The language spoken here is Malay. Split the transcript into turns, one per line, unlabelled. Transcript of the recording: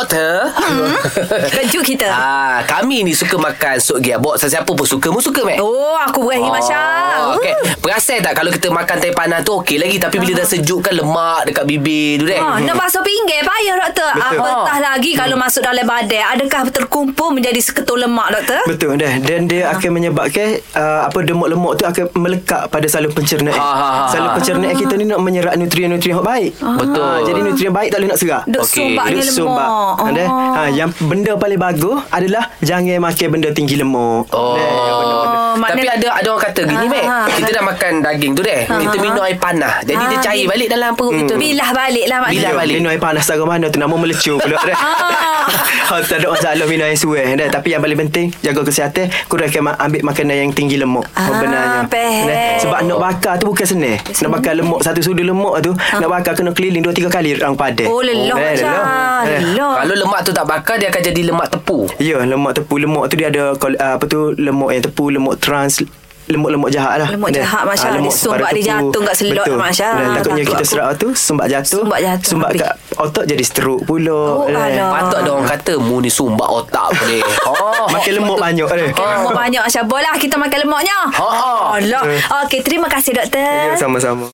Doktor hmm?
Kejut kita
ah, Kami ni suka makan Sup gearbox Sesiapa pun suka Mu suka Mac
Oh aku berahi
Ah,
oh, Masya
Okay. Perasan tak kalau kita makan teh panas tu okey lagi tapi
Hmm.
bila dah sejuk kan lemak dekat bibir tu Hmm. dek.
Ha, nak basuh pinggir payah doktor.
Betul.
Apatah
Hmm.
lagi kalau masuk dalam badan. Adakah terkumpul menjadi seketul lemak doktor?
Betul dah Dan dia akan menyebabkan uh, Apa demuk-lemuk tu Akan melekat pada saluran pencernaan
Ah, ah, ah.
Saluran pencernaan kita ni Nak menyerap nutrien-nutrien yang baik
Betul.
Ah, Jadi nutrien baik tak boleh nak serap
Okey.
Duk okay. sumbaknya
Dia
lemak.
sumbak
Oh.
Ada? ha, Yang benda paling bagus Adalah Jangan makan benda tinggi lemak
Oh.
Oh,
Tapi
maknanya-
ada ada orang kata gini
Ah,
Mac
ah.
Kita dah makan daging tu dek Kita minum air panas Jadi dia
Ah,
cair
bi-
balik dalam perut kita tu.
Bilah balik lah
Bilah
maknanya.
balik.
Minum air panas Sarang mana tu Nama melecur pula dah. ha, Tak ada masalah minum air suai dah. Tapi yang paling penting Jaga kesihatan Kurangkan ma- ambil makanan yang tinggi lemak
Ah,
Sebenarnya
peh.
Dah. Sebab nak bakar tu bukan senang Nak bakar lemak Satu sudu lemak tu Nak bakar kena keliling Dua tiga kali orang Eh, padan
Oh lelah
Dah,
macam.
Dah.
Lelah.
Kalau lemak tu tak bakar Dia akan jadi lemak tepu
Ya, lemak tepu lemak tu dia ada kol- ah, apa tu lemak yang tepu, lemak trans lemak-lemak jahat lah
Lemak
Dia-
jahat, Masya
ah,
Allah.
lemak
Dia sumbat
separuh
dia
tepu.
jatuh kat selot,
Betul.
Masya
Dan
Allah.
Takutnya
Takut
kita
aku.
serap tu Sumbat jatuh
Sumbat jatuh,
Sumbat
habis.
kat otak jadi stroke pula
Oh,
Eh.
alah.
Patut ada orang kata Mu ni sumbat otak pun ni oh,
Makin lemak banyak eh.
Makan lemak banyak Syabol lah Kita makan lemaknya
Ha, ha.
Allah Okey terima kasih doktor
Ya, sama-sama